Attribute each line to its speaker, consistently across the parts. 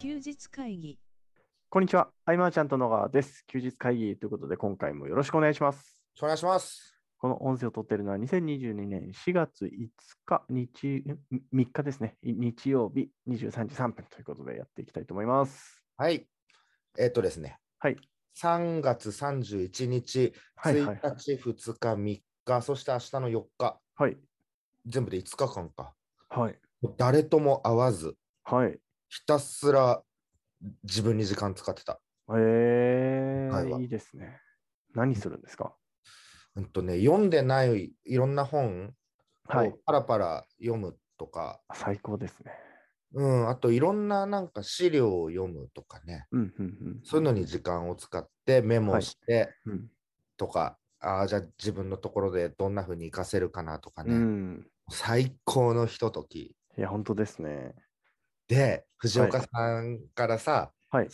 Speaker 1: 休日会議
Speaker 2: こんにちは。アイマーちゃんと野川です。休日会議ということで、今回もよろしくお願いします。
Speaker 3: お願いします。
Speaker 2: この音声を撮っているのは2022年4月5日日、ん3日ですね。い日曜日23時3分ということでやっていきたいと思います。
Speaker 3: はい。えっ、とですね。
Speaker 2: はい。
Speaker 3: 3月31日、
Speaker 2: はいはい
Speaker 3: 1
Speaker 2: はい。
Speaker 3: 日、2日、3日、そして明日の4日、
Speaker 2: はい。
Speaker 3: 全部で5日間か。
Speaker 2: はい。
Speaker 3: 誰とも会わず、
Speaker 2: はい。
Speaker 3: ひたすら自分に時間使ってた。
Speaker 2: え
Speaker 3: はい
Speaker 2: ー、
Speaker 3: はい
Speaker 2: いですね。何するんですか
Speaker 3: うんとね、読んでないいろんな本
Speaker 2: はい
Speaker 3: を。パラパラ読むとか、
Speaker 2: 最高ですね。
Speaker 3: うん、あといろんななんか資料を読むとかね、
Speaker 2: うん、うん、
Speaker 3: そういうのに時間を使ってメモして、
Speaker 2: うん。うん
Speaker 3: とか、ああ、じゃあ自分のところでどんな風に活かせるかなとか
Speaker 2: う
Speaker 3: ね、
Speaker 2: ん。
Speaker 3: 最高のひととき。
Speaker 2: いや、本当ですね。
Speaker 3: で、藤岡さんからさ、
Speaker 2: はい。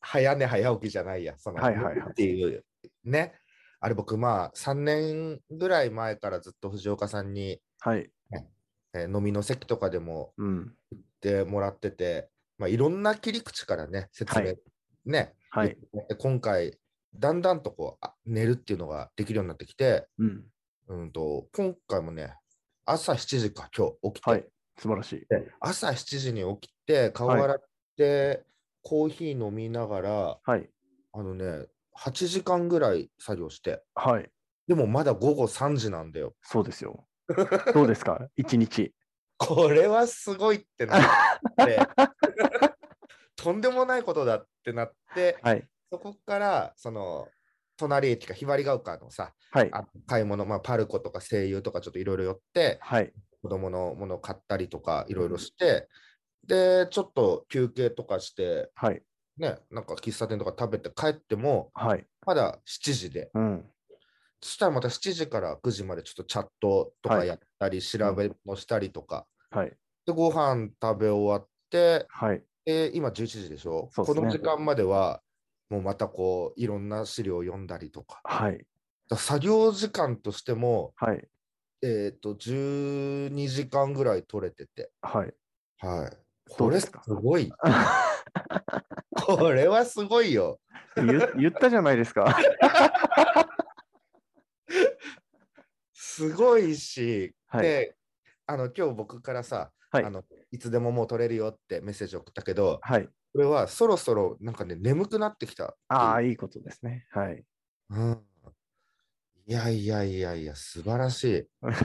Speaker 3: 早寝早起きじゃないや、その、
Speaker 2: はいはいはい
Speaker 3: っていうね、あれ僕まあ3年ぐらい前からずっと藤岡さんに、
Speaker 2: はい。
Speaker 3: えー飲みの席とかでも
Speaker 2: うん。
Speaker 3: 言ってもらってて、まあ、いろんな切り口からね、説明、
Speaker 2: はい
Speaker 3: ね、
Speaker 2: はい。
Speaker 3: で今回、だんだんとこうあ寝るっていうのができるようになってきて、
Speaker 2: うん。
Speaker 3: うんと、今回もね、朝7時か、今日起きて、
Speaker 2: はい。素晴らしい。
Speaker 3: 朝7時に起きて、顔洗って、コーヒー飲みながら、
Speaker 2: はい。
Speaker 3: あのね、8時間ぐらい作業して、
Speaker 2: はい。
Speaker 3: でもまだ午後3時なんだよ。
Speaker 2: そうです よ。どうですか一日。
Speaker 3: これはすごいってな って、とんでもないことだってなって、
Speaker 2: はい。
Speaker 3: そこから、その、隣駅かひばりが丘のさ、
Speaker 2: はい。
Speaker 3: あ買い物、まあ、パルコとか声優とかちょっといろいろ寄って、
Speaker 2: はい。
Speaker 3: 子供のものを買ったりとかいろいろして、でちょっと休憩とかして
Speaker 2: はい。
Speaker 3: ねなんか喫茶店とか食べて帰っても
Speaker 2: はい。
Speaker 3: まだ7時で
Speaker 2: うん。
Speaker 3: そしたらまた7時から9時までちょっとチャットとかやったり、調べもしたりとか、
Speaker 2: はい。
Speaker 3: でご飯食べ終わって
Speaker 2: はい。
Speaker 3: で今11時でしょ
Speaker 2: そうっすね
Speaker 3: この時間まではもうまたこういろんな資料を読んだりとか
Speaker 2: はい。
Speaker 3: だから作業時間としても、
Speaker 2: はい。
Speaker 3: えー、と12時間ぐらい取れてて、
Speaker 2: はい。
Speaker 3: はい、
Speaker 2: ど
Speaker 3: こ
Speaker 2: うで
Speaker 3: れ
Speaker 2: す
Speaker 3: す
Speaker 2: か
Speaker 3: ご いこれはすごいよ。
Speaker 2: 言 言ったじゃないですか。
Speaker 3: すごいし、
Speaker 2: はい
Speaker 3: で、あの今日僕からさ、
Speaker 2: はい
Speaker 3: あのいつでももう取れるよってメッセージ送ったけど、
Speaker 2: はい。
Speaker 3: これはそろそろなんかね眠くなってきたっていう。
Speaker 2: ああ、いいことですね。はい。
Speaker 3: うん。いやいやいやいや素晴ら しい。
Speaker 2: 素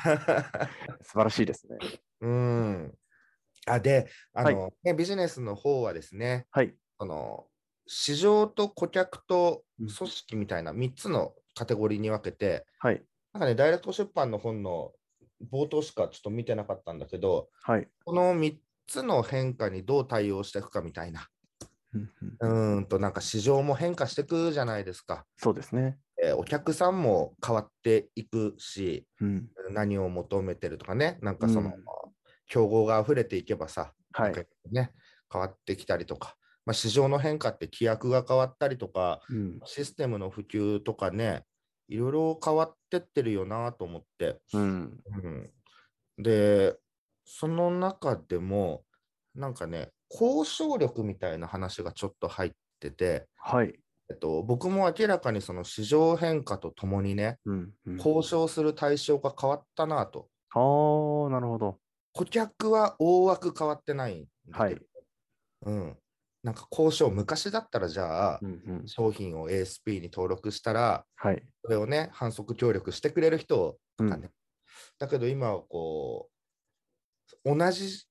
Speaker 2: 晴らしいですね。
Speaker 3: うん。あで、あの、ねビジネスの方はですね、
Speaker 2: はい。
Speaker 3: その市場と顧客と組織みたいな3つのカテゴリーに分けて、
Speaker 2: はい。
Speaker 3: なんかね、ダイレクト出版の本の冒頭しかちょっと見てなかったんだけど、
Speaker 2: はい。
Speaker 3: この3つの変化にどう対応していくかみたいな、
Speaker 2: うんうん
Speaker 3: うーんと、なんか市場も変化していくじゃないですか。
Speaker 2: そうですね。
Speaker 3: えーお客さんも変わっていくし、
Speaker 2: うん。
Speaker 3: 何を求めてるとかね、なんかその、
Speaker 2: うん
Speaker 3: 競合が溢れていけばさ、
Speaker 2: はい。
Speaker 3: ね、変わってきたりとか、まあ、市場の変化って規約が変わったりとか、
Speaker 2: うん。
Speaker 3: システムの普及とかね、いろいろ変わってってるよなと思って。
Speaker 2: うん。
Speaker 3: うんで、その中でも、なんかね、交渉力みたいな話がちょっと入ってて、
Speaker 2: はい。
Speaker 3: えっと、僕も明らかにその市場変化とともにね、
Speaker 2: うん。うん、
Speaker 3: 交渉する対象が変わったなと。
Speaker 2: ああ、なるほど。
Speaker 3: 顧客は大枠変わってないんだけど、うん。なんか交渉、昔だったらじゃあ
Speaker 2: う、んうん、
Speaker 3: 商品を ASP に登録したら、
Speaker 2: はい。
Speaker 3: それをね、反則協力してくれる人を
Speaker 2: うん
Speaker 3: だねだけど今はこう同じ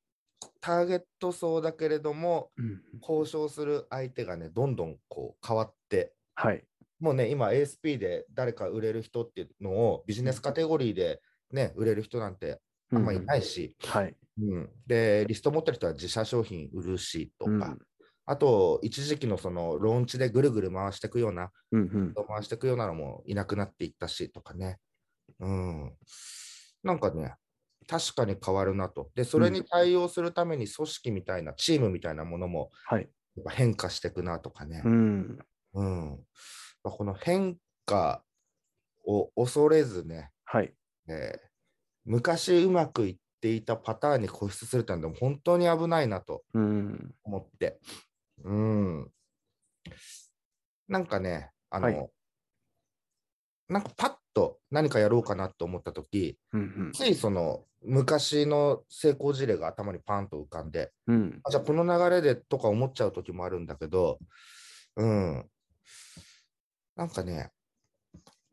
Speaker 3: ターゲット層だけれども
Speaker 2: うん
Speaker 3: 交渉する相手がねどんどんこう変わって
Speaker 2: はい。。
Speaker 3: もうね今 ASP で誰か売れる人っていうのをビジネスカテゴリーでね売れる人なんてあんまいないいし、
Speaker 2: はい。
Speaker 3: うんでリスト持ってる人は自社商品売るしとか、
Speaker 2: うん
Speaker 3: あと一時期のそのローンチでぐるぐる回していくような
Speaker 2: うんうん。
Speaker 3: 回していくようなのもいなくなっていったしとかね。うん。なんかね、確かに変わるなと。で、それに対応するために組織みたいな、チームみたいなものも
Speaker 2: はい。
Speaker 3: やっぱ変化していくなとかね
Speaker 2: う。ん。
Speaker 3: うん。まあこの変化を恐れずね、
Speaker 2: はい。
Speaker 3: えー昔うまくいって、っていたパターンに固執するってのはでも本当に危ないなと
Speaker 2: うん。
Speaker 3: 思って。うん。なんかね、あの、
Speaker 2: はい
Speaker 3: なんかパッと何かやろうかなと思った時
Speaker 2: うん。
Speaker 3: ついその昔の成功事例が頭にパンと浮かんで、
Speaker 2: うん。
Speaker 3: あじゃあこの流れでとか思っちゃう時もあるんだけど、うん。なんかね、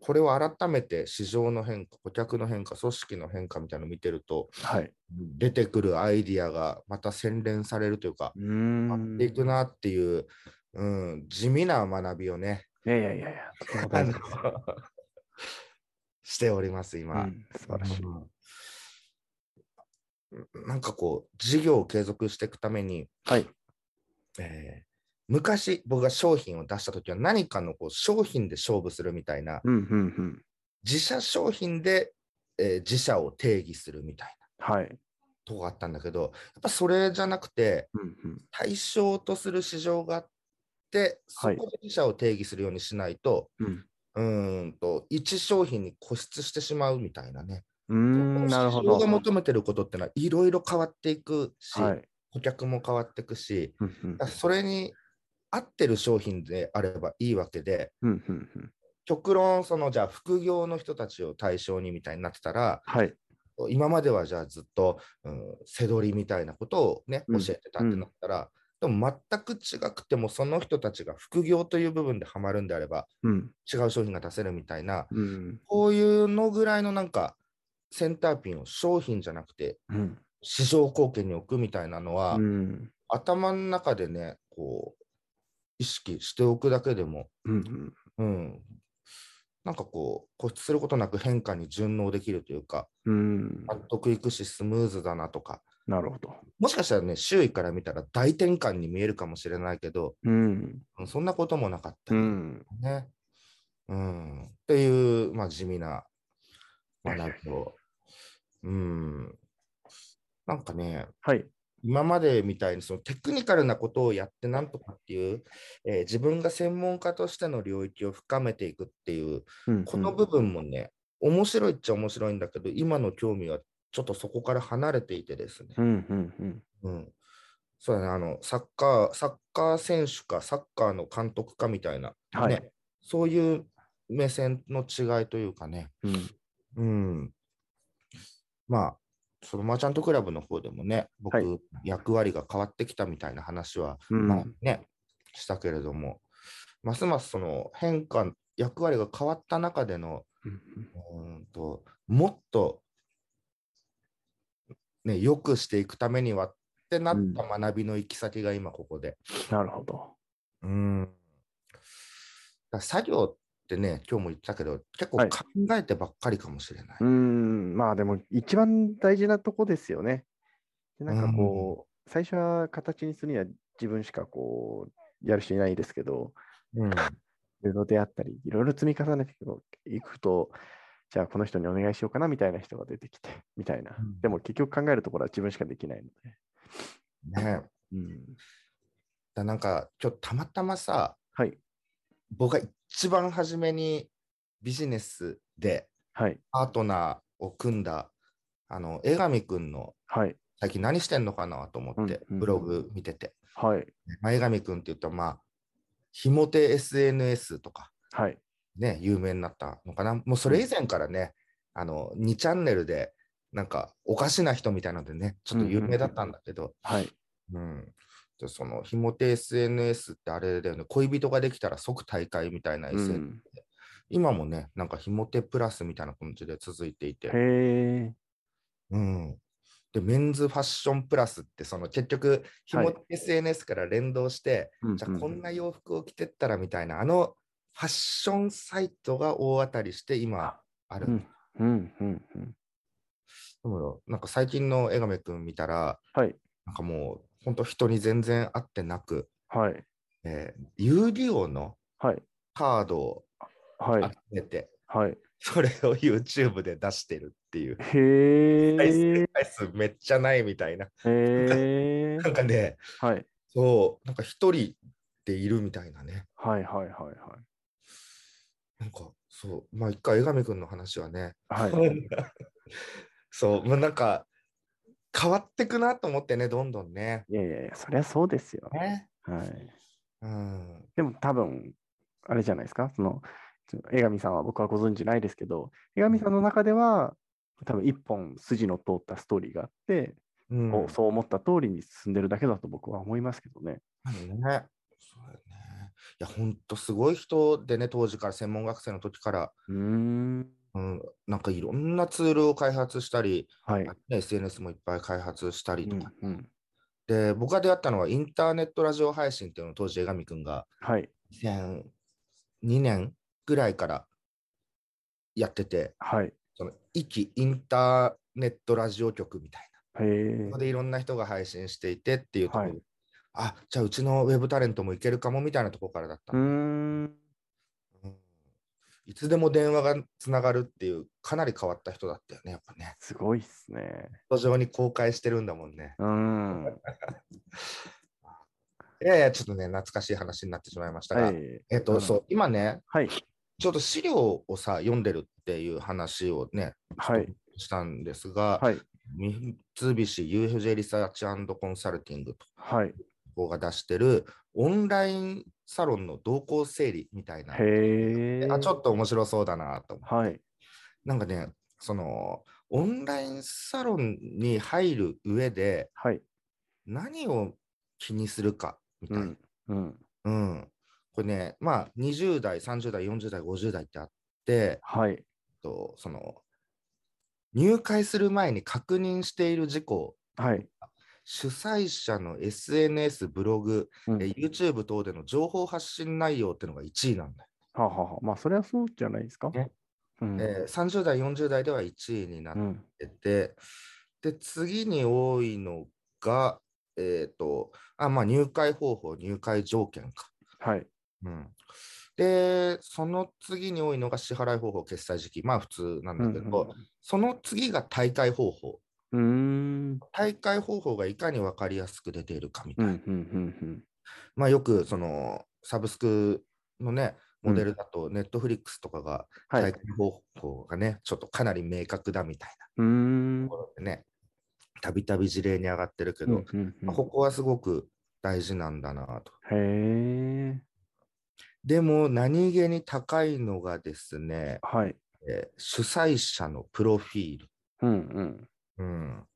Speaker 3: これを改めて市場の変化、顧客の変化、組織の変化みたいなのを見てると、
Speaker 2: はい。
Speaker 3: 出てくるアイディアがまた洗練されるというか、
Speaker 2: う
Speaker 3: あ
Speaker 2: ん
Speaker 3: っ。ていくなっていう、うん、地味な学びをね、
Speaker 2: いやいやいやいや、とても大事です。
Speaker 3: あのしております、
Speaker 2: う
Speaker 3: 今。
Speaker 2: ん、素晴らしい。
Speaker 3: うんなんかこう、事業を継続していくために、
Speaker 2: はい。
Speaker 3: えー昔僕が商品を出した時は何かのこう商品で勝負するみたいな
Speaker 2: うん、うん、うん。
Speaker 3: 自社商品で、えー自社を定義するみたいな
Speaker 2: はい。
Speaker 3: とこがあったんだけどやっぱそれじゃなくて
Speaker 2: うん、うん。
Speaker 3: 対象とする市場があってそ
Speaker 2: はい
Speaker 3: こで自社を定義するようにしないと、
Speaker 2: うん
Speaker 3: うーんと一商品に固執してしまうみたいなね。
Speaker 2: うーん、なるほ
Speaker 3: 市場が
Speaker 2: ど。
Speaker 3: 求めてることってのはいろいろ変わっていくし、
Speaker 2: はい。
Speaker 3: 顧客も変わっていくし、
Speaker 2: うん、うん
Speaker 3: だからそれに合ってる商品であればいいわけで、
Speaker 2: うん、うん。うん
Speaker 3: 極論、そのじゃあ副業の人たちを対象にみたいになってたら、
Speaker 2: はい。
Speaker 3: 今まではじゃあずっと、うん、背取りみたいなことをね、
Speaker 2: う
Speaker 3: 教
Speaker 2: ん
Speaker 3: えてたってなったら、でも全く違くても、その人たちが副業という部分でハマるんであれば、
Speaker 2: うん、
Speaker 3: 違う商品が出せるみたいな、
Speaker 2: うん、
Speaker 3: こういうのぐらいのなんか、センターピンを商品じゃなくて、
Speaker 2: うん。
Speaker 3: 市場貢献に置くみたいなのは、
Speaker 2: うん、
Speaker 3: 頭の中でね、こう、意識しておくだけでも、
Speaker 2: うん。
Speaker 3: うん、なんかこう、固執することなく変化に順応できるというか、
Speaker 2: うん
Speaker 3: 納得いくし、スムーズだなとか、
Speaker 2: なるほど。
Speaker 3: もしかしたらね、周囲から見たら大転換に見えるかもしれないけど、
Speaker 2: うん。
Speaker 3: うんそんなこともなかった
Speaker 2: う
Speaker 3: り
Speaker 2: ん。
Speaker 3: ね。うん、っていう、まあ、地味な学びを。うん、なんかね、
Speaker 2: はい。
Speaker 3: 今までみたいにそのテクニカルなことをやってなんとかっていう、えー自分が専門家としての領域を深めていくっていう、
Speaker 2: うん
Speaker 3: この部分もね、面白いっちゃ面白いんだけど、今の興味はちょっとそこから離れていてですね、
Speaker 2: うん、うん、うん。
Speaker 3: うん、そうだね、あの、サッカー、サッカー選手か、サッカーの監督かみたいな、
Speaker 2: はい
Speaker 3: ね。そういう目線の違いというかね、
Speaker 2: うん
Speaker 3: うん。まあ、そのマーチャントクラブの方でもね、僕、
Speaker 2: はい
Speaker 3: 役割が変わってきたみたいな話は、
Speaker 2: うん
Speaker 3: まあね、したけれども、ますますその変化、役割が変わった中での、
Speaker 2: うん
Speaker 3: うーんともっと、ね、良くしていくためにはってなった学びの行き先が今ここで。
Speaker 2: なるほど。
Speaker 3: うん。だから作業ってね、今日も言ったけど、結構
Speaker 2: はい
Speaker 3: 考えてばっかりかもしれない。
Speaker 2: うん、まあでも一番大事なとこですよね。でなんかこう、最初は形にするには自分しかこう、やる人いないですけど、
Speaker 3: うん
Speaker 2: いろいろ出会ったり、いろいろ積み重ねていくと、じゃあこの人にお願いしようかなみたいな人が出てき て、みたいな。
Speaker 3: うん
Speaker 2: でも結局考えるところは自分しかできないので。
Speaker 3: ね
Speaker 2: うん、
Speaker 3: だなんか今日たまたまさ
Speaker 2: はい、
Speaker 3: 僕が一番初めにビジネスで
Speaker 2: はい、
Speaker 3: パートナーを組んだあの江上くんの
Speaker 2: はい、
Speaker 3: 最近何してんのかなと思って
Speaker 2: うんうん
Speaker 3: ブログ見てて、
Speaker 2: はい、
Speaker 3: まあ、江上くんって言うとまあひもて SNS とか
Speaker 2: はい。
Speaker 3: ね有名になったのかなもうそれ以前からね、あの2チャンネルでなんかおかしな人みたいなのでねちょっと有名だったんだけど、
Speaker 2: はい。
Speaker 3: うん、でそのひもて SNS ってあれだよね、恋人ができたら即大会みたいな SNS、
Speaker 2: うん
Speaker 3: 今もね、なんかひもてプラスみたいな感じで続いていて、
Speaker 2: へえ。
Speaker 3: うん、でメンズファッションプラスって、その結局、ひも
Speaker 2: は
Speaker 3: て SNS から連動して、じゃあこんな洋服を着てったらみたいな、あのファッションサイトが大当たりして今ある。
Speaker 2: うんうんうんうん。
Speaker 3: でもなんか最近の江上くん見たら、
Speaker 2: はい。
Speaker 3: なんかもう本当人に全然会ってなく、
Speaker 2: はい。
Speaker 3: えー遊戯王の
Speaker 2: はい。
Speaker 3: カードを
Speaker 2: はい
Speaker 3: 集。めて、
Speaker 2: はい。
Speaker 3: それを YouTube で出してるっていう。
Speaker 2: へ
Speaker 3: 再生
Speaker 2: え。
Speaker 3: 回数めっちゃないみたいな。
Speaker 2: へえ
Speaker 3: な。んかね、
Speaker 2: はい。
Speaker 3: そう、なんか一人でいるみたいなね。
Speaker 2: はい。はい。はい。
Speaker 3: なんか、そう、まあ一回、江上くんの話はね、
Speaker 2: はい。はい。
Speaker 3: そう、まあなんか、変わってくなと思ってね、どんどんね。
Speaker 2: いやいやいや、そりゃそうですよ。
Speaker 3: ね
Speaker 2: はい。
Speaker 3: うん、
Speaker 2: でも多分、あれじゃないですか、その、ちょ江上さんは僕はご存じないですけど、江上さんの中では、多分一本筋の通ったストーリーがあって、
Speaker 3: うん
Speaker 2: こうそう思った通りに進んでるだけだと僕は思いますけどね。
Speaker 3: ね。そうだよね。いや、ほんとすごい人でね、当時から専門学生の時から、
Speaker 2: うーん。
Speaker 3: うん、なんかいろんなツールを開発したり、
Speaker 2: はい。
Speaker 3: ね SNS もいっぱい開発したり
Speaker 2: う
Speaker 3: とか。
Speaker 2: んうん、
Speaker 3: で、僕が出会ったのはインターネットラジオ配信っていうのを当時、江上くんが
Speaker 2: はい。
Speaker 3: 2002年ぐらいからやってて、
Speaker 2: はい。
Speaker 3: その、域インターネットラジオ局みたいな。
Speaker 2: へえ
Speaker 3: そこ。でいろんな人が配信していてっていうところ、
Speaker 2: はい
Speaker 3: あ、じゃあうちのウェブタレントもいけるかもみたいなところからだっ
Speaker 2: う
Speaker 3: た
Speaker 2: ー
Speaker 3: の
Speaker 2: ん。
Speaker 3: うんいつでも電話がつながるっていう、かなり変わった人だったよね、やっぱね。
Speaker 2: すごいっすね。
Speaker 3: 路上に公開してるんだもんね。
Speaker 2: うーん。はい
Speaker 3: やいや、ちょっとね、懐かしい話になってしまいましたが、
Speaker 2: い。
Speaker 3: えっと、そう、今ね、
Speaker 2: はい。
Speaker 3: ちょっと資料をさ、読んでるっていう話をね、
Speaker 2: はい。
Speaker 3: したんですが、
Speaker 2: はい。
Speaker 3: 三菱 UFJ リサーチコンサルティングと
Speaker 2: はい。
Speaker 3: こが出してる、オンラインサロンの動向整理みたいな、
Speaker 2: へえ。
Speaker 3: あちょっと面白そうだなと思って
Speaker 2: はい。
Speaker 3: なんかね、そのオンラインサロンに入る上で
Speaker 2: はい。
Speaker 3: 何を気にするかみた
Speaker 2: う
Speaker 3: いな。
Speaker 2: ん。うん。
Speaker 3: うんこれね、まあ20代、30代、40代、50代ってあって、
Speaker 2: はい。
Speaker 3: とその入会する前に確認している事項、
Speaker 2: はい。
Speaker 3: 主催者の SNS、ブログ、
Speaker 2: うん
Speaker 3: え YouTube 等での情報発信内容っていうのが1位なんだよ、
Speaker 2: はあはあはあまあ、それはそうじゃないですか。
Speaker 3: ね
Speaker 2: うん。
Speaker 3: えー30代、40代では1位になっ
Speaker 2: うん。
Speaker 3: っててで、次に多いのが、えっ、と、あ、まあ、入会方法、入会条件か。
Speaker 2: はい。
Speaker 3: うん。で、その次に多いのが支払い方法、決済時期。まあ、普通なんだけど、その次が大会方法。
Speaker 2: うん。うん。
Speaker 3: 大会方法がいかに分かりやすく出ているかみた
Speaker 2: う
Speaker 3: い
Speaker 2: ん。う
Speaker 3: な。
Speaker 2: ん。うん。
Speaker 3: まあ、よく、その、サブスクのね、モデルだと、ネットフリックスとかが、
Speaker 2: うんは
Speaker 3: 大
Speaker 2: い
Speaker 3: 会。方法がね、ちょっとかなり明確だみたいな。
Speaker 2: うーん。
Speaker 3: ところでね、たびたび事例に上がってるけど、
Speaker 2: うんうん
Speaker 3: まあここはすごく大事なんだなと。
Speaker 2: うんへえ。
Speaker 3: でも、何気に高いのがですね、
Speaker 2: はい。
Speaker 3: えー主催者のプロフィール。
Speaker 2: うん。
Speaker 3: うん。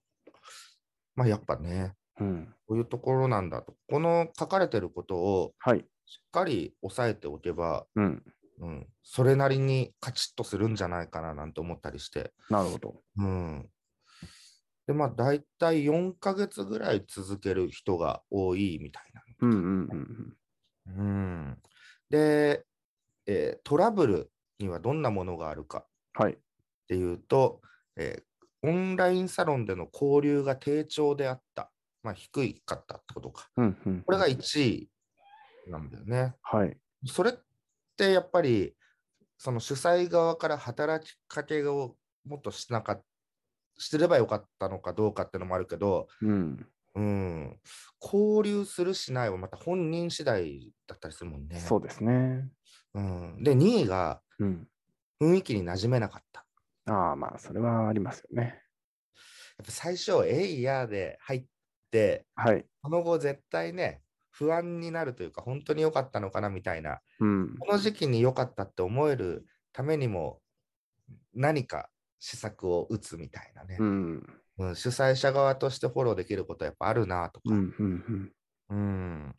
Speaker 3: まあ、やっぱね、
Speaker 2: うん。うん。
Speaker 3: こういうところなんだと。この書かれてることを
Speaker 2: はい。
Speaker 3: しっかり押さえておけば、
Speaker 2: うん。
Speaker 3: うん、それなりにカチッとするんじゃないかななんて思ったりして。
Speaker 2: なるほど。
Speaker 3: うん。で、まあ、大体4ヶ月ぐらい続ける人が多いみたいな。
Speaker 2: うん。うん。うん
Speaker 3: うんで、えートラブルにはどんなものがあるかっ
Speaker 2: はい。
Speaker 3: ていうと、えーオンラインサロンでの交流が低調であった、まあ、低いかったってことか。
Speaker 2: うん。うん。
Speaker 3: これが1位なんだよね。
Speaker 2: はい。
Speaker 3: それってやっぱり、その主催側から働きかけをもっとしなかっしてればよかったのかどうかってのもあるけど、
Speaker 2: うん。
Speaker 3: うん、交流するしないはまた本人次第だったりするもんね。
Speaker 2: そうですね。
Speaker 3: うん、で、2位が
Speaker 2: うん。
Speaker 3: 雰囲気に馴染めなかった。
Speaker 2: ああ、まあ、それはありますよね。
Speaker 3: やっぱ最初、えいやーで入って、
Speaker 2: はい。
Speaker 3: その後絶対ね、不安になるというか、本当に良かったのかなみたいな、
Speaker 2: うん。
Speaker 3: この時期に良かったって思えるためにも、何か施策を打つみたいなね、
Speaker 2: うん。
Speaker 3: うん主催者側としてフォローできることはやっぱあるなとか、
Speaker 2: うん。うん。うん。
Speaker 3: うん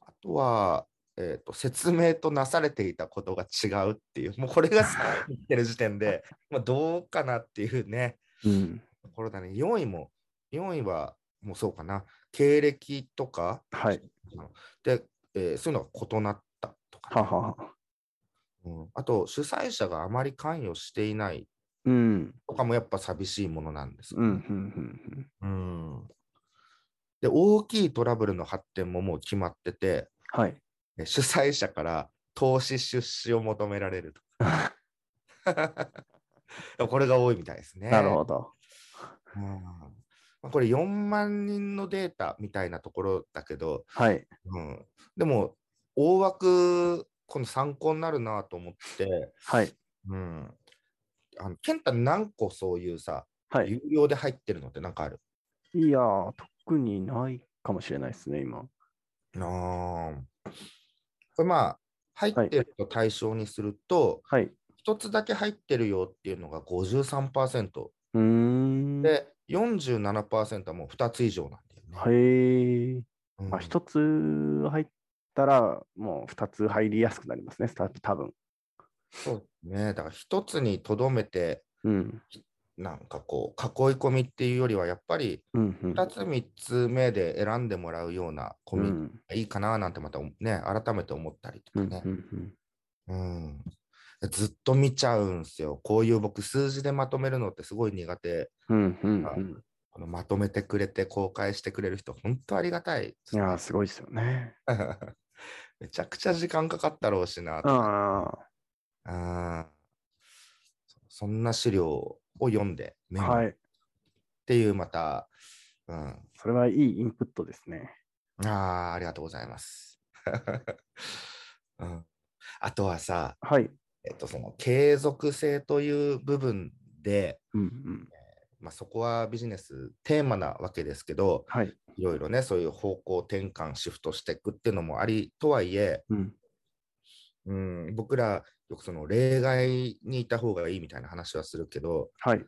Speaker 3: あとは、えーと、説明となされていたことが違うっていう、もうこれがさ言ってる時点で、まあ、どうかなっていうね。
Speaker 2: うん。
Speaker 3: ところだね。4位も、4位は、もうそうかな。経歴とか、
Speaker 2: はい。
Speaker 3: で、えーそういうのが異なったと
Speaker 2: は
Speaker 3: かね、
Speaker 2: はは。
Speaker 3: うんあと、主催者があまり関与していない
Speaker 2: うん。
Speaker 3: とかもやっぱ寂しいものなんですよ
Speaker 2: うん。うん。
Speaker 3: ね、
Speaker 2: うん。
Speaker 3: うんで、大きいトラブルの発展ももう決まってて、
Speaker 2: はい。
Speaker 3: え主催者から投資出資を求められると。これが多いみたいですね。
Speaker 2: なるほど。
Speaker 3: うんまあこれ4万人のデータみたいなところだけど、
Speaker 2: はい。
Speaker 3: うん、でも大枠この参考になるなと思って、
Speaker 2: はい。
Speaker 3: うん、あの健太何個そういうさ
Speaker 2: はい。
Speaker 3: 有料で入ってるのってなんかある
Speaker 2: いやー、特にないかもしれないですね、今。
Speaker 3: なあこれまあ、入ってると対象にすると、
Speaker 2: はい。
Speaker 3: 一つだけ入ってるよっていうのが53%
Speaker 2: うーん。へ
Speaker 3: で、47%はもう2つ以上なんだよね。
Speaker 2: え。
Speaker 3: うん
Speaker 2: まあ、一つ入ったら、もう二つ入りやすくなりますね、た多分
Speaker 3: そうね。だから一つにとどめて、
Speaker 2: うん。
Speaker 3: なんかこう、囲い込みっていうよりは、やっぱり
Speaker 2: うん、うん。
Speaker 3: 2つ、3つ目で選んでもらうようなコ
Speaker 2: う
Speaker 3: ミュ
Speaker 2: ん。
Speaker 3: ニティがいいかななんて、またね、改めて思ったりと
Speaker 2: う
Speaker 3: か
Speaker 2: ん
Speaker 3: ね。
Speaker 2: うん
Speaker 3: うん、ずっと見ちゃうんすよ。こういう僕、数字でまとめるのってすごい苦手。
Speaker 2: うんうんうん
Speaker 3: このまとめてくれて、公開してくれる人、本当ありがたい。
Speaker 2: いやー、すごいですよね。
Speaker 3: めちゃくちゃ時間かかったろうしなとか。
Speaker 2: あ
Speaker 3: あーそんな資料を読んで、メ
Speaker 2: あ、
Speaker 3: モ
Speaker 2: は
Speaker 3: っ
Speaker 2: い。
Speaker 3: ていう、また、うん、
Speaker 2: それはいいインプットですね。
Speaker 3: ああ、ありがとうございます。 うん、あとはさ、
Speaker 2: はい。
Speaker 3: えっと、その継続性という部分で、
Speaker 2: うんうん。
Speaker 3: まあ、そこはビジネステーマなわけですけど、
Speaker 2: はい。
Speaker 3: いろいろね、そういう方向転換、シフトしていくっていうのもありとはいえ、
Speaker 2: うん。
Speaker 3: うん、僕ら、よくその例外にいた方がいいみたいな話はするけど、
Speaker 2: はい。
Speaker 3: うん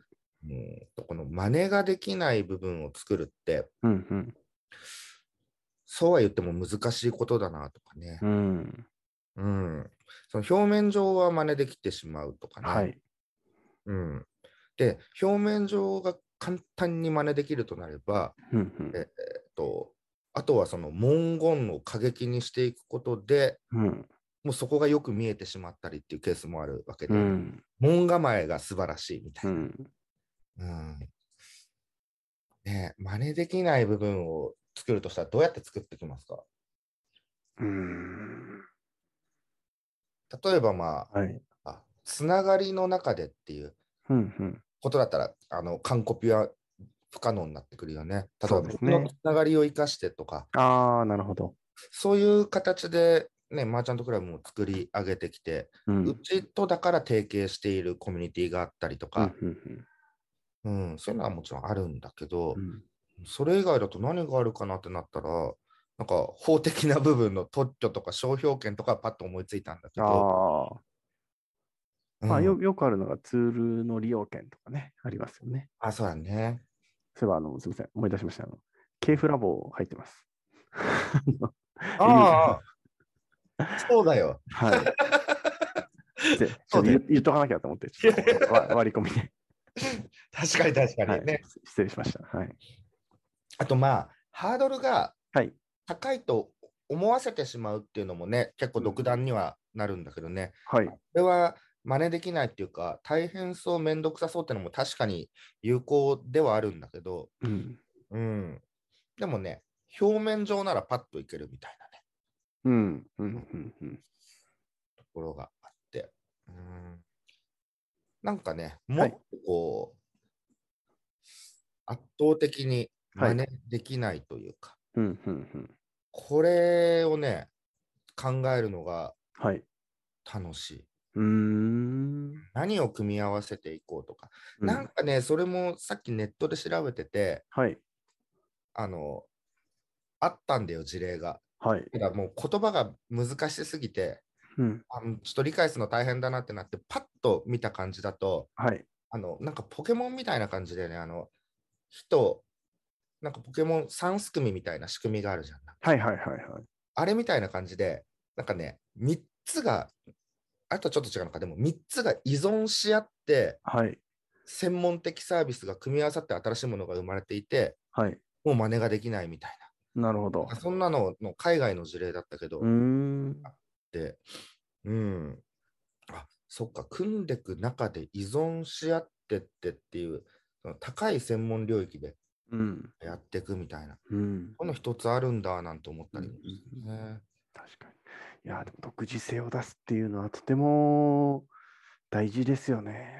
Speaker 3: とこの真似ができない部分を作るって、
Speaker 2: うん
Speaker 3: そうは言っても難しいことだなとかね
Speaker 2: う、ん。うん。
Speaker 3: うん、その表面上は真似できてしまうとかね、
Speaker 2: はい。
Speaker 3: うん、で表面上が簡単に真似できるとなれば、
Speaker 2: うんうん
Speaker 3: ええっと、あとはその文言を過激にしていくことで
Speaker 2: うん。
Speaker 3: もうそこがよく見えてしまったりっていうケースもあるわけで、
Speaker 2: うん。
Speaker 3: 門構えが素晴らしいみた
Speaker 2: う
Speaker 3: い
Speaker 2: ん。
Speaker 3: な、うんねえ、真似できない部分を作るとしたらどうやって作ってきますか
Speaker 2: うん。
Speaker 3: 例えばま
Speaker 2: はい。
Speaker 3: ああつながりの中でっていう
Speaker 2: うんうん。
Speaker 3: ことだったら、あの、完コピは不可能になってくるよね。例え
Speaker 2: そ
Speaker 3: ば、
Speaker 2: うです
Speaker 3: 僕
Speaker 2: ね
Speaker 3: のつながりを生かしてとか、
Speaker 2: ああ、なるほど。
Speaker 3: そういう形で、ね、マーチャントクラブも作り上げてきて、
Speaker 2: う。
Speaker 3: うんちとだから提携しているコミュニティがあったりと
Speaker 2: うん
Speaker 3: か、
Speaker 2: うん
Speaker 3: うんそういうのはもちろんあるんだけど、
Speaker 2: うん
Speaker 3: それ以外だと何があるかなってなったら、なんか法的な部分の特許とか商標権とかはパッと思いついたんだけど、
Speaker 2: ああ。
Speaker 3: うん
Speaker 2: まあ、よよくあるのがツールの利用権とかね、ありますよね。
Speaker 3: あそう だね。
Speaker 2: そういえば、あの、すみません、思い出しました。あの、ケーフラボ入ってます。
Speaker 3: ああ、そうだよ。
Speaker 2: はい。でちょ
Speaker 3: そ
Speaker 2: っと
Speaker 3: うだよ
Speaker 2: 言言っとかなきゃと思って、ちょっとわ割り込みで、
Speaker 3: 確かに確かに
Speaker 2: は
Speaker 3: ね。
Speaker 2: い失礼しました。はい。
Speaker 3: あとまあ、ハードルが
Speaker 2: はい
Speaker 3: 高いと思わせてしまうっていうのもね、結構独断にはなるんだけどね、
Speaker 2: はい。
Speaker 3: これは真似できないっていうか、大変そう、めんどくさそうっていうのも確かに有効ではあるんだけど、
Speaker 2: うん。
Speaker 3: うん。でもね、表面上ならパッといけるみたいなね、
Speaker 2: うん。うん。うんうん。
Speaker 3: ところがあって、うん。なんかね、も
Speaker 2: は
Speaker 3: っ
Speaker 2: い
Speaker 3: とこう、圧倒的に
Speaker 2: は
Speaker 3: 真
Speaker 2: い
Speaker 3: 似できないというか、
Speaker 2: うん。うん。うん。
Speaker 3: これをね、考えるのが
Speaker 2: はい。
Speaker 3: 楽しい。
Speaker 2: うーん。
Speaker 3: 何を組み合わせていこうとか。
Speaker 2: うん
Speaker 3: なんかね、それもさっきネットで調べてて、
Speaker 2: はい。
Speaker 3: あの、あったんだよ、事例が。
Speaker 2: はい。
Speaker 3: ただもう言葉が難しすぎて、
Speaker 2: うん。
Speaker 3: あのちょっと理解するの大変だなってなって、パッと見た感じだと、
Speaker 2: はい。
Speaker 3: あの、なんかポケモンみたいな感じでね、あの、人、なんかポケモン3組みたいな仕組みがあるじゃん。
Speaker 2: はい。はい。はい。はい。
Speaker 3: あれみたいな感じで、なんかね、3つが、あとちょっと違うのか、でも3つが依存し合って、
Speaker 2: はい。
Speaker 3: 専門的サービスが組み合わさって新しいものが生まれていて、
Speaker 2: はい。
Speaker 3: もう真似ができないみたい
Speaker 2: なるほど
Speaker 3: な。。そんなのの海外の事例だったけど、
Speaker 2: うーん。
Speaker 3: で、うん。あ、そっか、組んでく中で依存し合ってってっていう、その高い専門領域で
Speaker 2: うん。
Speaker 3: やっていくみたいな、
Speaker 2: うん。
Speaker 3: この一つあるんだなんて思ったり
Speaker 2: うん
Speaker 3: もしてね。
Speaker 2: 確かに。いやー、でも独自性を出すっていうのはとても大事ですよね。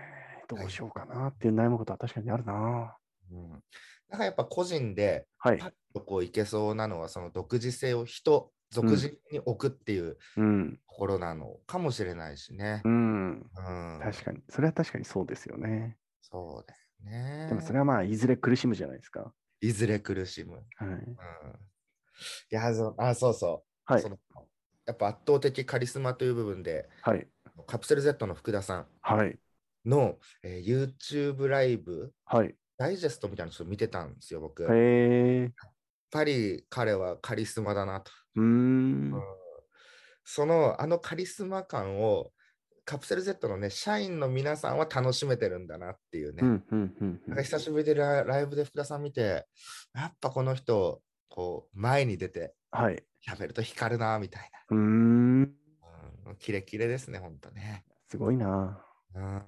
Speaker 2: どうしようかなっていう悩むことは確かにあるな。
Speaker 3: うん。だからやっぱ個人で、
Speaker 2: はい
Speaker 3: パ。ッとこういけそうなのは、その独自性を人、
Speaker 2: ん
Speaker 3: 独自に置くっていう
Speaker 2: うん。
Speaker 3: ところなのかもしれないしね
Speaker 2: う。ん。
Speaker 3: うん、
Speaker 2: 確かに。それは確かにそうですよね。
Speaker 3: そうだよね。
Speaker 2: でもそれはまあ、いずれ苦しむじゃないですか。
Speaker 3: いずれ苦しむ。うん、い
Speaker 2: はい。
Speaker 3: やそあ、そうそう、
Speaker 2: はい
Speaker 3: そ。のやっぱ圧倒的カリスマという部分で、
Speaker 2: はい。
Speaker 3: カプセル Z の福田さ
Speaker 2: はい。
Speaker 3: んの、えー YouTube ライブ、
Speaker 2: はい。
Speaker 3: ダイジェストみたいなのちょっと見てたんですよ、僕。
Speaker 2: へ
Speaker 3: や
Speaker 2: え。
Speaker 3: っぱり彼はカリスマだなと。
Speaker 2: うーん。
Speaker 3: その、あのカリスマ感を、カプセル Z のね、社員の皆さんは楽しめてるんだなっていうね。
Speaker 2: うん。うん。うんう
Speaker 3: なん
Speaker 2: ん
Speaker 3: か。久しぶりでラライブで福田さん見て、やっぱこの人、こう、前に出て
Speaker 2: はい。
Speaker 3: 喋ると光るな、みたいう
Speaker 2: ーん。
Speaker 3: な。うん、キレキレですね、ほんとね。
Speaker 2: すごいな。
Speaker 3: うん、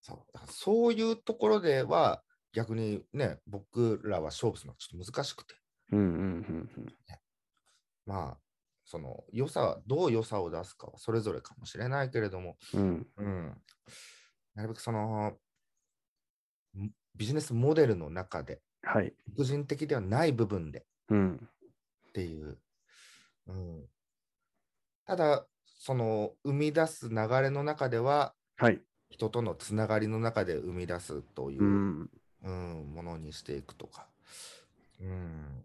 Speaker 3: そうだからそういうところでは、逆にね、僕らは勝負するのがちょっと難しくて、
Speaker 2: うん。うん。うんうん。
Speaker 3: まあ、その良さは、どう良さを出すかはそれぞれかもしれないけれども、
Speaker 2: うん。
Speaker 3: うん、なるべくその、んビジネスモデルの中で、
Speaker 2: はい。
Speaker 3: 個人的ではない部分で、
Speaker 2: うん。
Speaker 3: っていう。うん、ただ、その生み出す流れの中では、
Speaker 2: はい。
Speaker 3: 人とのつながりの中で生み出すというう、
Speaker 2: ん。
Speaker 3: うんものにしていくとか。うん、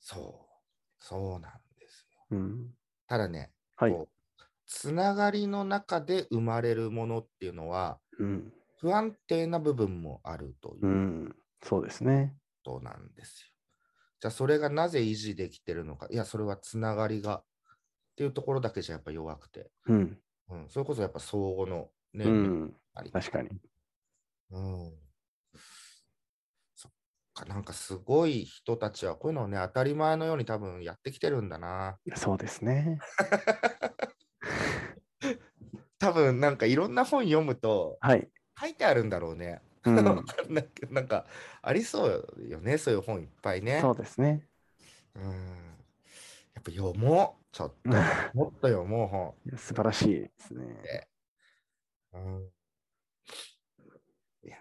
Speaker 3: そう、そうなんですよ。
Speaker 2: うん。
Speaker 3: ただね、
Speaker 2: はい。
Speaker 3: こうつながりの中で生まれるものっていうのは、
Speaker 2: うん。
Speaker 3: 不安定な部分もあるといううこ
Speaker 2: ん。そうですね。
Speaker 3: となんですよ。じゃあ、それがなぜ維持できてるのか、いや、それはつながりがっていうところだけじゃやっぱ弱くて、
Speaker 2: うん。
Speaker 3: うん、それこそやっぱ相互のね、
Speaker 2: うん。
Speaker 3: あり
Speaker 2: 確かに。
Speaker 3: うん、そっか、なんかすごい人たちはこういうのをね、当たり前のように多分やってきてるんだな。
Speaker 2: そうですね。
Speaker 3: 多分なんかいろんな本読むと
Speaker 2: はい。
Speaker 3: 書いてあるんだろう ね。
Speaker 2: う
Speaker 3: わ
Speaker 2: ん。
Speaker 3: かんないけどなんかありそうよね、そういう本いっぱいね。
Speaker 2: そうですね。
Speaker 3: うん、やっぱ読もう、ちょっと。もっと読もう本。
Speaker 2: いや素晴らしいですね。
Speaker 3: うんいや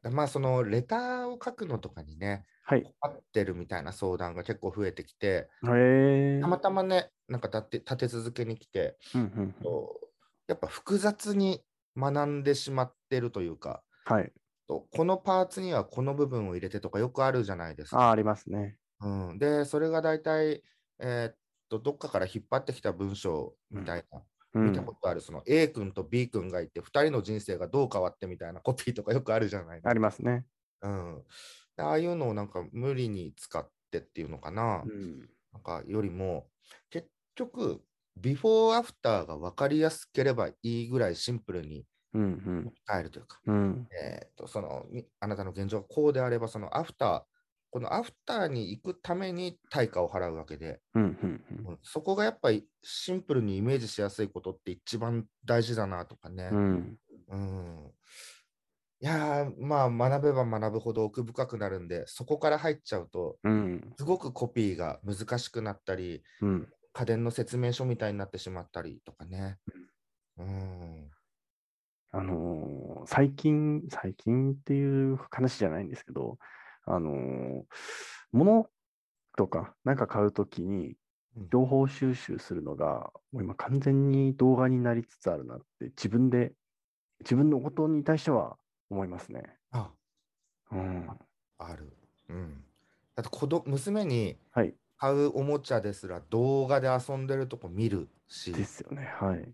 Speaker 3: ーだまあそのレターを書くのとかにね
Speaker 2: はい。
Speaker 3: 困ってるみたいな相談が結構増えてきて
Speaker 2: へえ。
Speaker 3: たまたまねなんか立て立て続けに来て
Speaker 2: うんうんうん
Speaker 3: こうやっぱ複雑に学んでしまってるというか
Speaker 2: はい。
Speaker 3: とこのパーツにはこの部分を入れてとかよくあるじゃないです
Speaker 2: ああ、
Speaker 3: か。
Speaker 2: ありますね。
Speaker 3: うん、でそれが大体、えーっとどっかから引っ張ってきた文章みたいな
Speaker 2: う
Speaker 3: 見た
Speaker 2: ん
Speaker 3: こ。とある、その A 君と B 君がいて、2人の人生がどう変わってみたいなコピーとかよくあるじゃない
Speaker 2: あ
Speaker 3: で
Speaker 2: りますね。
Speaker 3: うん、でああいうのをなんか無理に使ってっていうのかな、
Speaker 2: うん。
Speaker 3: なんかよりも、結局、ビフォーアフターが分かりやすければいいぐらいシンプルに
Speaker 2: うん
Speaker 3: 変えるというか、
Speaker 2: うん。うん。
Speaker 3: えー、とそのみあなたの現状がこうであれば、そのアフター、このアフターに行くために対価を払うわけで、
Speaker 2: うんうんうん
Speaker 3: うんそこがやっぱりシンプルにイメージしやすいことって一番大事だなとかね。
Speaker 2: うん。
Speaker 3: うんいやーまあ学べば学ぶほど奥深くなるんでそこから入っちゃうと
Speaker 2: うん。
Speaker 3: すごくコピーが難しくなったり
Speaker 2: うん。
Speaker 3: 家電の説明書みたいになってしまったりとかね。うん
Speaker 2: あのー最近、最近っていう話じゃないんですけど、あのー物とか、なんか買うときに、
Speaker 3: うん
Speaker 2: 情報収集するのが、もう今完全に動画になりつつあるなって、自分で、自分のことに対しては思いますね。
Speaker 3: あ
Speaker 2: うん。
Speaker 3: ある。うん、だって子ど娘に
Speaker 2: はい。
Speaker 3: 買うおもちゃですら動画で遊んでるとこ見るし
Speaker 2: ですよね。はい。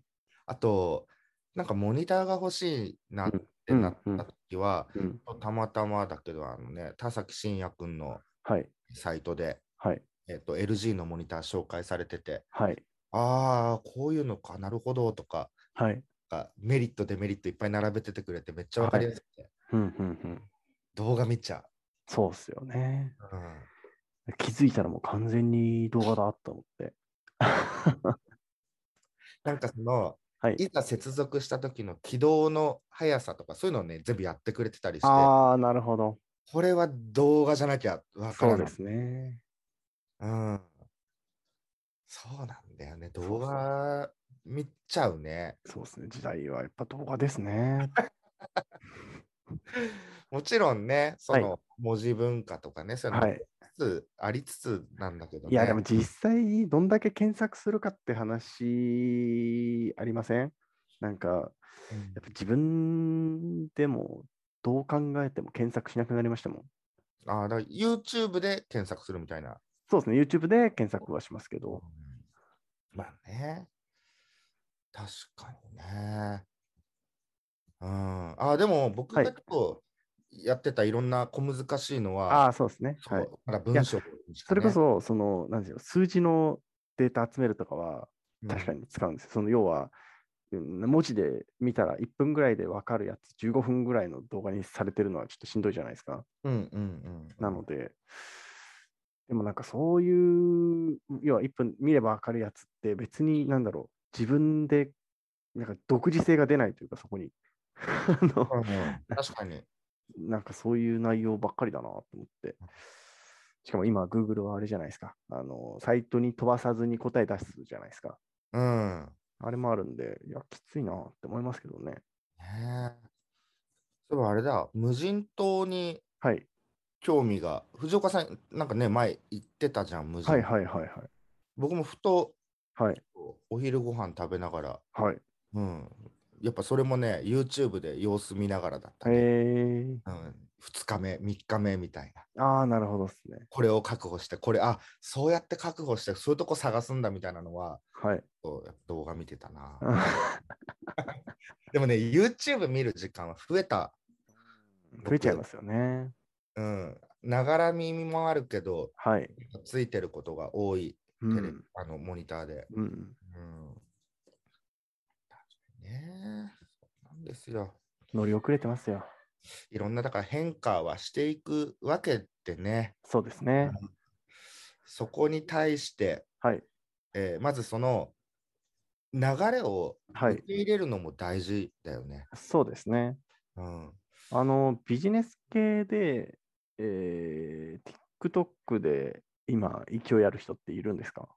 Speaker 3: あとなんかモニターが欲しいなってなった時は、
Speaker 2: うん。
Speaker 3: たまたまだけどあのね田崎真也君の
Speaker 2: はい。
Speaker 3: サイトで
Speaker 2: はい。
Speaker 3: えっと、LG のモニター紹介されてて、
Speaker 2: はい。
Speaker 3: ああ、こういうのか、なるほどとか、
Speaker 2: はい。
Speaker 3: がメリット、デメリットいっぱい並べててくれて、めっちゃわかりやすくて、
Speaker 2: うんうんうん。
Speaker 3: 動画見ちゃ
Speaker 2: そうっすよね。
Speaker 3: う。うん
Speaker 2: 気づいたらもう完全に動画だったのって。
Speaker 3: なんかその、
Speaker 2: はい
Speaker 3: いざ接続した時の起動の速さとか、そういうのをね、全部やってくれてたりして、
Speaker 2: ああ、なるほど。
Speaker 3: これは動画じゃなきゃわか
Speaker 2: そう
Speaker 3: らない。
Speaker 2: ですね。
Speaker 3: うん。そうなんだよね、動画見ちゃうね。
Speaker 2: そうですね。時代はやっぱ動画ですね。
Speaker 3: もちろんね、そ
Speaker 2: は
Speaker 3: の文字文化とかね、そういうの
Speaker 2: は
Speaker 3: も
Speaker 2: い。
Speaker 3: ありつつありつつなんだけどね。
Speaker 2: いや、でも実際にどんだけ検索するかって話ありませんなんか、
Speaker 3: うん
Speaker 2: やっぱ自分でもどう考えても検索しなくなりましたもん。
Speaker 3: ああ、だから YouTube で検索するみたいな。
Speaker 2: そうですね、YouTube で検索はしますけど、
Speaker 3: まあね。確かにね。うん。あ、でも僕
Speaker 2: は
Speaker 3: が
Speaker 2: い
Speaker 3: 結構やってたいろんな小難しいの
Speaker 2: あ
Speaker 3: は、
Speaker 2: あ、そうですね。
Speaker 3: そう
Speaker 2: はい。
Speaker 3: まだ文章、
Speaker 2: それこ、そ、その、なんでしょう、数字のデータ集めるとかは、
Speaker 3: うん
Speaker 2: 確かに使うんですよ。その要は、うん文字で見たら1分ぐらいで分かるやつ、15分ぐらいの動画にされてるのはちょっとしんどいじゃないですか。
Speaker 3: うんうんうん。
Speaker 2: なので、でもなんかそういう、要は1分見れば分かるやつって、別になんだろう、自分で、なんか独自性が出ないというか、そこに。あの
Speaker 3: うんうん確かに。
Speaker 2: なんかそういう内容ばっかりだなと思って。しかも今、Google はあれじゃないですか。あの、サイトに飛ばさずに答え出すじゃないですか。
Speaker 3: うん。
Speaker 2: あれもあるんで、いや、きついなって思いますけどね。
Speaker 3: ねえ。そういえばあれだ、無人島に
Speaker 2: はい。
Speaker 3: 興味が、藤岡さん、なんかね、前言ってたじゃん、無人島。
Speaker 2: はいはいはい
Speaker 3: 僕もふと
Speaker 2: はい。
Speaker 3: お昼ご飯食べながら、
Speaker 2: はい。はい。
Speaker 3: うん、やっぱそれもね、YouTube で様子見ながらだった
Speaker 2: え
Speaker 3: ね。
Speaker 2: ー。
Speaker 3: うん、2日目、3日目みたいな。
Speaker 2: ああ、なるほどですね。
Speaker 3: これを確保して、これ、あそうやって確保して、そういうとこ探すんだみたいなのは、
Speaker 2: はい。
Speaker 3: こうやっぱ動画見てたな。
Speaker 2: 増
Speaker 3: でもね、YouTube 見る時間は増えた。
Speaker 2: えちゃいますよね。
Speaker 3: うん。ながら耳もあるけど、
Speaker 2: はい。
Speaker 3: ついてることが多い、
Speaker 2: う
Speaker 3: テレビ、
Speaker 2: ん。
Speaker 3: あのモニターで。
Speaker 2: うん、
Speaker 3: うん。ねえ、そうなんですよ。
Speaker 2: 乗り遅れてますよ。
Speaker 3: いろんなだから変化はしていくわけってね、
Speaker 2: そうですね。
Speaker 3: そこに対して、
Speaker 2: はい。
Speaker 3: えーまずその流れを
Speaker 2: は
Speaker 3: 受
Speaker 2: い。
Speaker 3: け入れるのも大事だよね。
Speaker 2: そうですね。
Speaker 3: うん。
Speaker 2: あの、ビジネス系で、えー、TikTok で今、勢いある人っているんですか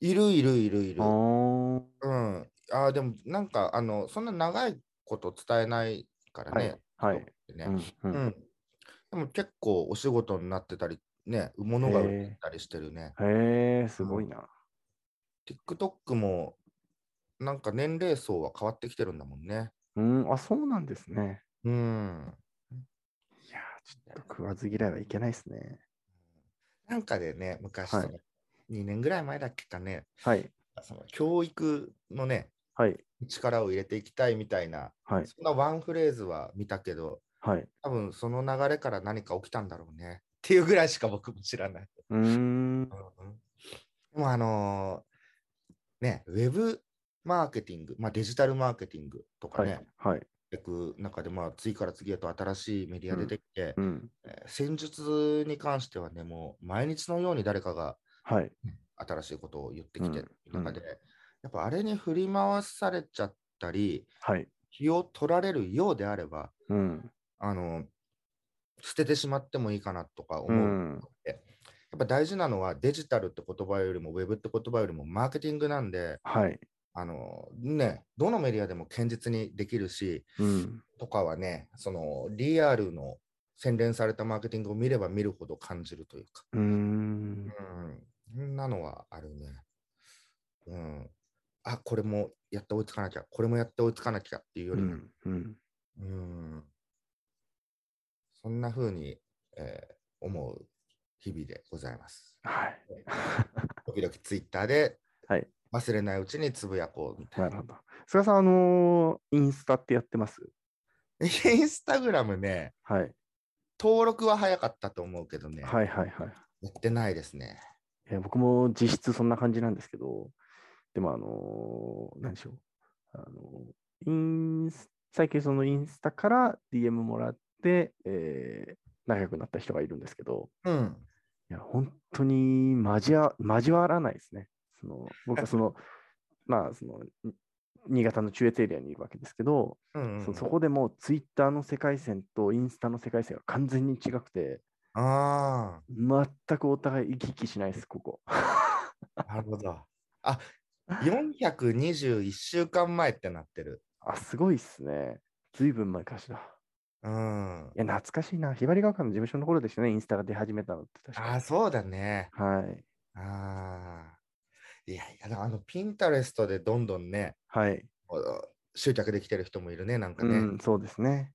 Speaker 3: いるいるいるいる。
Speaker 2: お
Speaker 3: うん。ああ、でもなんか、あの、そんな長いこと伝えないから
Speaker 2: は
Speaker 3: ね
Speaker 2: い。。はい。
Speaker 3: TikTok ってね
Speaker 2: うんう
Speaker 3: うんん。でも結構お仕事になってたり、ね、物が売れてたりしてるね。
Speaker 2: へえ、すごいな。
Speaker 3: TikTok もなんか年齢層は変わってきてるんだもんね。
Speaker 2: うん、あ、そうなんですね。
Speaker 3: うん。
Speaker 2: いやー、ちょっと食わず嫌いはいけないですね。
Speaker 3: なんかでね、昔、
Speaker 2: はい
Speaker 3: その2年ぐらい前だっけかね、
Speaker 2: はい。
Speaker 3: その教育のね、
Speaker 2: はい。
Speaker 3: 力を入れていきたいみたいな、
Speaker 2: はい。
Speaker 3: そんなワンフレーズは見たけど、
Speaker 2: はい。
Speaker 3: 多分その流れから何か起きたんだろうね。っていうぐらいしか僕も知らない。
Speaker 2: うーん。
Speaker 3: でもあのーね、ウェブマーケティング、まあ、デジタルマーケティングとか
Speaker 2: は
Speaker 3: ね、
Speaker 2: い。はい。
Speaker 3: やっていく中で、まあ、次から次へと新しいメディア
Speaker 2: うん
Speaker 3: 出てきて、
Speaker 2: うん。
Speaker 3: えー戦術に関してはね、もう毎日のように誰かが
Speaker 2: はい。
Speaker 3: 新しいことを言ってきてる
Speaker 2: うん
Speaker 3: 中で、やっぱあれに振り回されちゃったり、
Speaker 2: はい。
Speaker 3: 気を取られるようであれば、
Speaker 2: うん。
Speaker 3: あの捨ててしまってもいいかなとか思
Speaker 2: う
Speaker 3: う。
Speaker 2: ん。
Speaker 3: やっぱ大事なのはデジタルって言葉よりもウェブって言葉よりもマーケティングなんで、
Speaker 2: はい。
Speaker 3: あのね、どのメディアでも堅実にできるし、
Speaker 2: うん。
Speaker 3: とかはね、そのリアルの洗練されたマーケティングを見れば見るほど感じるというか、
Speaker 2: うーん。
Speaker 3: うん、そんなのはあるね。うん。あ、これもやって追いつかなきゃ、これもやって追いつかなきゃっていう
Speaker 2: う
Speaker 3: よりも、
Speaker 2: ん。うん。
Speaker 3: うん、そんな風に、えー思う日々でございます。
Speaker 2: はい。
Speaker 3: 時々ツイッターで、
Speaker 2: はい
Speaker 3: 忘れないうちにつぶやこうみ た
Speaker 2: ないる
Speaker 3: な。
Speaker 2: ほど。菅さん、あのーインスタってやってます
Speaker 3: インスタグラムね、
Speaker 2: はい。
Speaker 3: 登録は早かったと思うけどね、
Speaker 2: はいはいはい。
Speaker 3: やってないですね。
Speaker 2: えー僕も実質そんな感じなんですけど、でもあのー何でしょう。あのーインス最近そのインスタから DM もらって、えー仲良くなった人がいるんですけど、
Speaker 3: うん。
Speaker 2: いや、本当に交わ交わらないですね。その僕はその、 まあ、その、に新潟の中越エリアにいるわけですけど、
Speaker 3: うんうん
Speaker 2: そそこでもうツイッターの世界線とインスタの世界線が完全に違くて、
Speaker 3: あ
Speaker 2: 全くお互い行き来しないです、ここ。
Speaker 3: あ、なるほど。あ、421週間前ってなってる。
Speaker 2: あ、すごいっすね。ずいぶん前かしら。
Speaker 3: うん。あ
Speaker 2: いや、懐かしいな。ひばりが丘の事務所の頃でしたね、インスタが出始めたのって確か
Speaker 3: あ、そうだね。
Speaker 2: はい。
Speaker 3: ああ。いやいや、でもあの、ピンタレストでどんどんね、
Speaker 2: はい。
Speaker 3: こう集客できてる人もいるね、なんか
Speaker 2: う
Speaker 3: ね。
Speaker 2: ん、そうですね。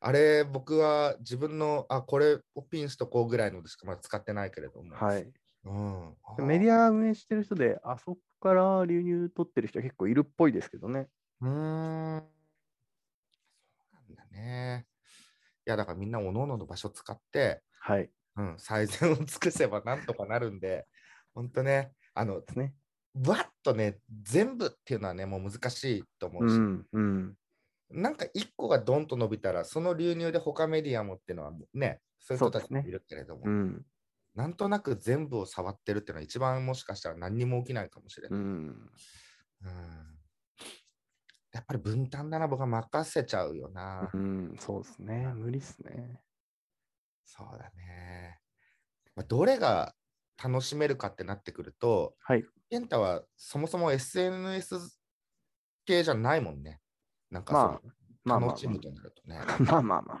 Speaker 3: あれ、僕は自分の、あ、これをピンしとこうぐらいのでしかまだ使ってないけれども。
Speaker 2: はい。
Speaker 3: うん、
Speaker 2: メデ
Speaker 3: ィ
Speaker 2: ィア運営してる人で、あそこから流入取ってる人は結構いるっぽいですけどね。
Speaker 3: ア。うーん。そうなんだね。いや、だからみんなおののの場所使って、
Speaker 2: はい。
Speaker 3: うん、最善を尽くせばなんとかなるんで、ほんとね、あの、
Speaker 2: ですね。
Speaker 3: わっとね、全部っていうのはね、もう難しいと思
Speaker 2: う
Speaker 3: うし、
Speaker 2: ん、うん。
Speaker 3: なんか一個がドンと伸びたら、その流入で他メディアもっていうのはね、そういう人たち
Speaker 2: そうで
Speaker 3: も
Speaker 2: すね
Speaker 3: いるけれども、
Speaker 2: うん。
Speaker 3: なんとなく全部を触ってるっていうのは一番もしかしたら何にも起きないかもしれ
Speaker 2: う
Speaker 3: ない。
Speaker 2: ん。
Speaker 3: うんやっぱり分担だな、僕は任せちゃうよな。
Speaker 2: うん、そうですね。無理っすね。
Speaker 3: そうだね。まあどれが楽しめるかってなってくると、
Speaker 2: はい。
Speaker 3: 健太はそもそも SNS 系じゃないもんね。なんか
Speaker 2: まあ、
Speaker 3: そ
Speaker 2: まあ
Speaker 3: の
Speaker 2: ま
Speaker 3: 楽しむと
Speaker 2: あ
Speaker 3: なるとね。
Speaker 2: まあ。まあまあま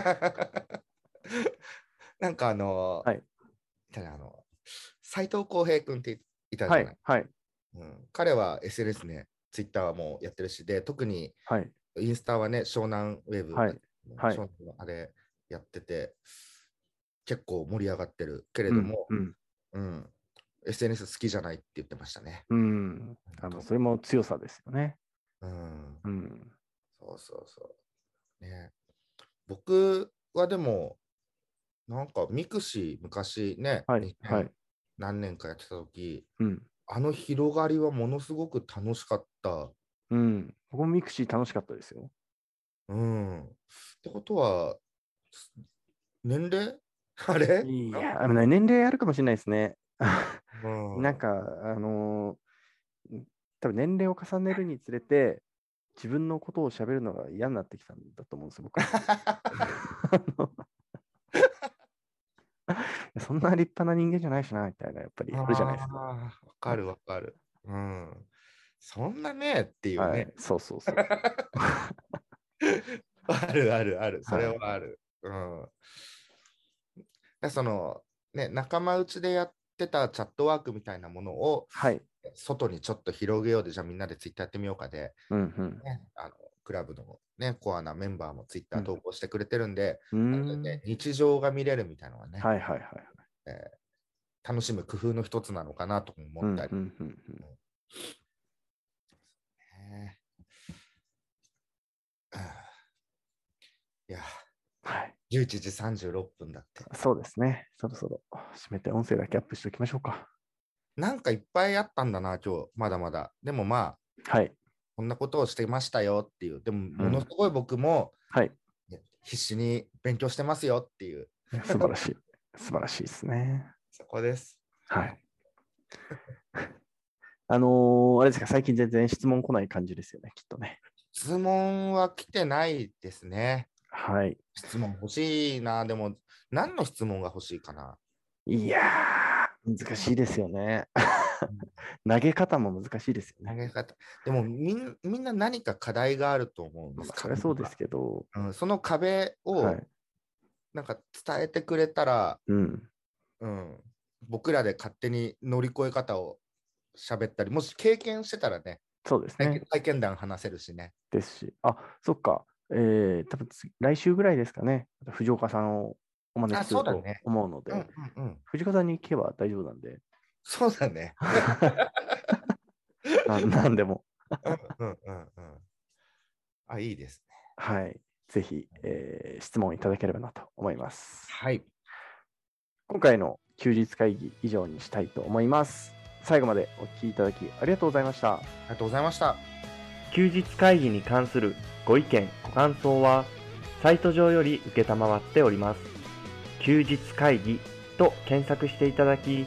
Speaker 2: あ。
Speaker 3: なんかあのー
Speaker 2: はい
Speaker 3: いたねあの斎藤浩平君っていたじゃ
Speaker 2: は
Speaker 3: ない、
Speaker 2: い。はい。
Speaker 3: うん、彼は SNS ね、ツイッターはもうやってるしで、特に
Speaker 2: はい。
Speaker 3: インスタはね、湘南ウェブ、
Speaker 2: はいはい
Speaker 3: 湘南のあれやってて、結構盛り上がってるけれども、
Speaker 2: うん。
Speaker 3: うん SNS 好きじゃないって言ってましたね。
Speaker 2: うん。うんあのそれも強さですよね。
Speaker 3: うん、
Speaker 2: うん。
Speaker 3: そうそうそう。ね、僕はでも、なんかミクシー昔ね、
Speaker 2: はい。
Speaker 3: 2000
Speaker 2: はい。
Speaker 3: 何年かやってた時
Speaker 2: うん。
Speaker 3: あの広がりはものすごく楽しかった。
Speaker 2: うん。ここもミクシー楽しかったですよ。
Speaker 3: うん。ってことは、す年齢あれ
Speaker 2: いや、あのね年齢あるかもしれないですね。
Speaker 3: う
Speaker 2: なんか、あのーん多分年齢を重ねるにつれて、自分のことを喋るのが嫌になってきたんだと思うんですよ、僕は。 そんな立派な人間じゃないしな、みたいな、やっぱりあるじゃないです
Speaker 3: あー
Speaker 2: か。
Speaker 3: わかるわかる。うん。そんなねっていう
Speaker 2: は
Speaker 3: ね
Speaker 2: い。、そうそう そう。
Speaker 3: あるあるある。それ
Speaker 2: はい
Speaker 3: はある。うん。でその、ね、仲間内でやってたチャットワークみたいなものを
Speaker 2: はい。
Speaker 3: 外にちょっと広げようで、じゃあみんなでツイッターやってみようかで、
Speaker 2: うん
Speaker 3: ね、あのクラブの、ね、コアなメンバーもツイッタ
Speaker 2: う
Speaker 3: ー
Speaker 2: ん
Speaker 3: 投稿してくれてるんで、
Speaker 2: うん。
Speaker 3: な
Speaker 2: うー
Speaker 3: の
Speaker 2: ん
Speaker 3: でね日常が見れるみたいなのはね、
Speaker 2: はいはいはい。
Speaker 3: えー楽しむ工夫の一つなのかなとも
Speaker 2: うんう
Speaker 3: 思っ
Speaker 2: ん
Speaker 3: たり、
Speaker 2: うんうん
Speaker 3: ねうんいや、
Speaker 2: はい。
Speaker 3: 11時36分だって。
Speaker 2: そうですね。そろそろ締めて音声だけアップしておきましょうか。
Speaker 3: なんかいっぱいあったんだな、今日、まだまだ。でもまあ、
Speaker 2: はい。
Speaker 3: こんなことをしてましたよっていう、でも、ものすごい僕も、
Speaker 2: はい。
Speaker 3: ね必死に勉強してますよっていう、
Speaker 2: いや素晴らしい。素晴らしいですね。
Speaker 3: そこです。
Speaker 2: はい。 あのーあれですか、最近全然質問来ない感じですよね、きっとね。
Speaker 3: 質問は来てないですね。
Speaker 2: はい。
Speaker 3: 質問欲しいな。でも、何の質問が欲しいかな。
Speaker 2: いやー、難しいですよね。投げ方も難しいですよ
Speaker 3: 投
Speaker 2: ね。
Speaker 3: げ方。でもみん、みんな何か課題があると思うん
Speaker 2: ま
Speaker 3: です
Speaker 2: あ、それはそうですけど、
Speaker 3: うん、その壁
Speaker 2: は
Speaker 3: を
Speaker 2: い。
Speaker 3: なんか伝えてくれたら、
Speaker 2: うん。
Speaker 3: うん、僕らで勝手に乗り越え方を喋ったり、もし経験してたらね、
Speaker 2: そうです
Speaker 3: 体
Speaker 2: ね
Speaker 3: 験。体験談話せるしね。
Speaker 2: ですし、あ、そっか。えー、多分つ来週ぐらいですかね。藤岡さんをお招きする
Speaker 3: あそ
Speaker 2: と
Speaker 3: うだね
Speaker 2: 思うので、
Speaker 3: うんうんうん、
Speaker 2: 藤岡さんに聞けば大丈夫なんで、
Speaker 3: そうだね。
Speaker 2: ななんでも。
Speaker 3: うんうんうんうん。あ、いいですね。
Speaker 2: はい。ぜひ、えー質問いただければなと思います。
Speaker 3: はい。
Speaker 2: 今回の休日会議以上にしたいと思います。最後までお聞きいただきありがとうございました。
Speaker 3: ありがとうございました。
Speaker 1: 休日会議に関するご意見ご感想はサイト上より承っております休日会議と検索していただき